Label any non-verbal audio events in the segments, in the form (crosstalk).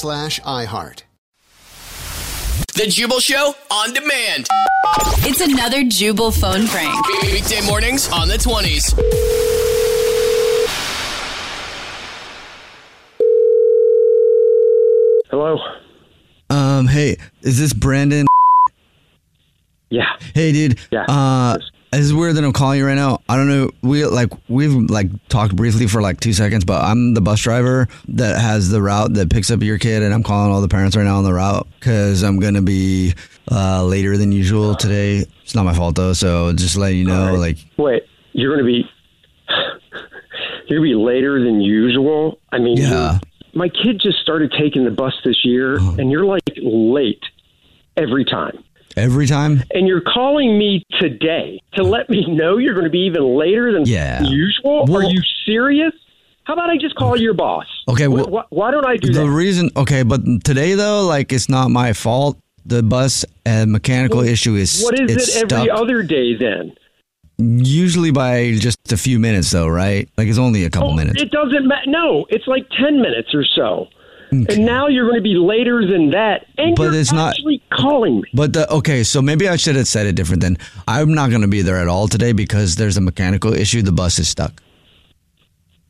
slash iHeart. The Jubal Show on demand. It's another Jubal phone prank. Weekday mornings on the 20s. Hello. Um, hey, is this Brandon? Yeah. Hey, dude. Yeah, Uh, this- this is weird that I'm calling you right now. I don't know. We like we've like talked briefly for like two seconds, but I'm the bus driver that has the route that picks up your kid, and I'm calling all the parents right now on the route because I'm gonna be uh, later than usual today. It's not my fault though, so just letting you know. Like, Wait. You're going to be. (sighs) You're going to be later than usual. I mean, Yeah. My kid just started taking the bus this year, Oh. and you're like late every time. every time. And you're calling me today to let me know you're going to be even later than Yeah. usual. Are Well- you serious? How about I just call your boss? Okay, Wh- well- wh- why don't I do The that? reason, okay, but today though, like it's not my fault. The bus and mechanical issue is what is it's it every stuck. other day then? Usually by just a few minutes, though, right? Like it's only a couple Oh, minutes. It doesn't matter. No, it's like ten minutes or so, and now you're going to be later than that, and But you're it's not- actually calling me. But the, okay, so maybe I should have said it different then. I'm not going to be there at all today because there's a mechanical issue. The bus is stuck.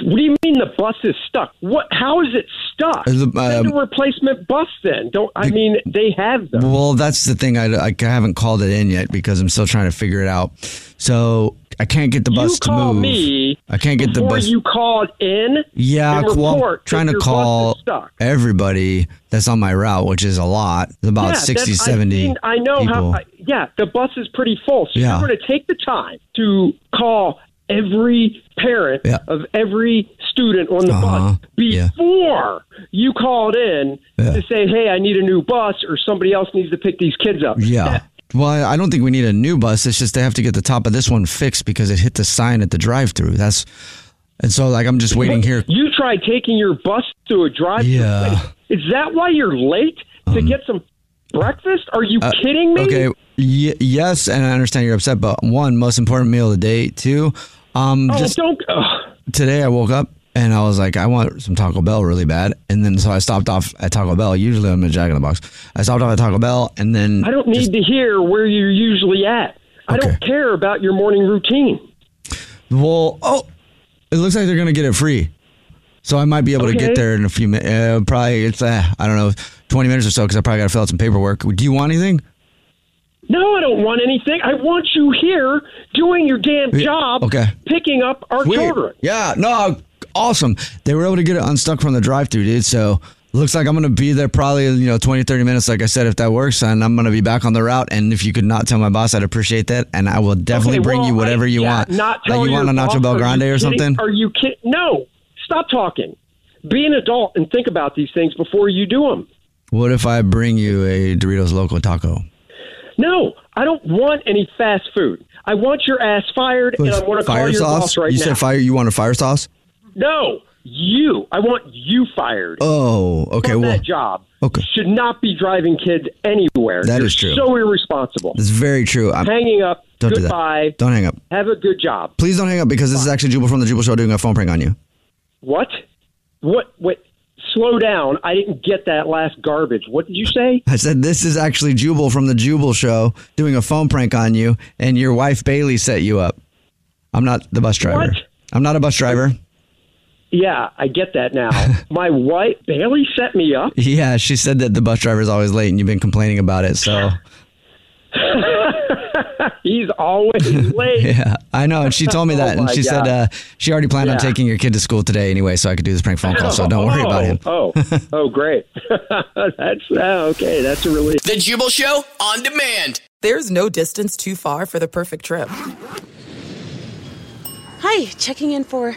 What do you mean the bus is stuck? What? How is it stuck? Uh, the- Send a um, replacement bus then. Don't I mean they have them? Well, that's the thing. I, I haven't called it in yet because I'm still trying to figure it out. So I can't get the you bus to call move. me. I can't get the before bus. You called in. yeah, and well, I'm report that trying to your bus is call stuck. everybody that's on my route, which is a lot. It's about Yeah, sixty, that's- I've seventy. 60, 70. seen- I know people. how. I- yeah, the bus is pretty full. So Yeah. you're going to take the time to call every parent Yeah. of every student on the Uh-huh. bus Yeah. before you called in Yeah. to say, "Hey, I need a new bus," or somebody else needs to pick these kids up. Yeah. That- Well, I I don't think we need a new bus. It's just they have to get the top of this one fixed because it hit the sign at the drive-through. That's and so like I'm just waiting here. You try taking your bus to a drive. Yeah. Um, Is that why you're late to get some breakfast? Are you kidding me? uh, Okay. Y- yes, and I understand you're upset, but one most important meal of the day. Two, um, Oh, just don't. ugh. today I woke up and I was like, I want some Taco Bell really bad, and then so I stopped off at Taco Bell. Usually I'm at Jack in the Box. I stopped off at Taco Bell, and then I don't need to hear where you're usually at. I don't Okay. care about your morning routine. Well, oh, it looks like they're gonna get it free, so I might be able to Okay. get there in a few minutes. Uh, probably it's uh, I don't know, twenty minutes or so because I probably got to fill out some paperwork. Do you want anything? No, I don't want anything. I want you here doing your damn Yeah, job, okay. picking up our children. Yeah. No. Awesome. They were able to get it unstuck from the drive-through, dude. So looks like I'm gonna be there probably you know 20, 30 minutes, like I said, if that works, and I'm gonna be back on the route. And if you could not tell my boss, I'd appreciate that, and I will definitely Okay, bring well, you I- whatever you yeah, want. Not tell like you your want a boss, nacho are bel you grande or kidding? something? Are you kidding? No, stop talking. Be an adult and think about these things before you do them. What if I bring you a Doritos Loco Taco? No, I don't want any fast food. I want your ass fired, and I want to call fire your sauce? boss right you now. said fire. You want a fire sauce? No, you. I want you fired. Oh, okay. From Well, that job okay. should not be driving kids anywhere. That You're is true. So irresponsible. that's very true. I'm, Hanging up. don't do goodbye. that. Don't hang up. Have a good job. Please don't hang up because this is actually Jubal from the Jubal Show doing a phone prank on you. What? What? What? Slow down. I didn't get that last garbage. What did you say? I said, This is actually Jubal from the Jubal Show doing a phone prank on you, and your wife Bailey set you up. I'm not the bus driver. What? I'm not a bus driver. Yeah, I get that (laughs) now. My wife Bailey set me up. Yeah, she said that the bus driver is always late and you've been complaining about (laughs) it. So, He's always late. (laughs) yeah, I know. And she told me (laughs) that. Oh and my she said God. uh, she already planned on Yeah. taking your kid to school today anyway, so I could do this prank phone call. So don't worry about him. Oh, (laughs) oh, oh, great. that's oh, okay. That's a relief. The Jubal Show on demand. There's no distance too far for the perfect trip Hi, checking in for.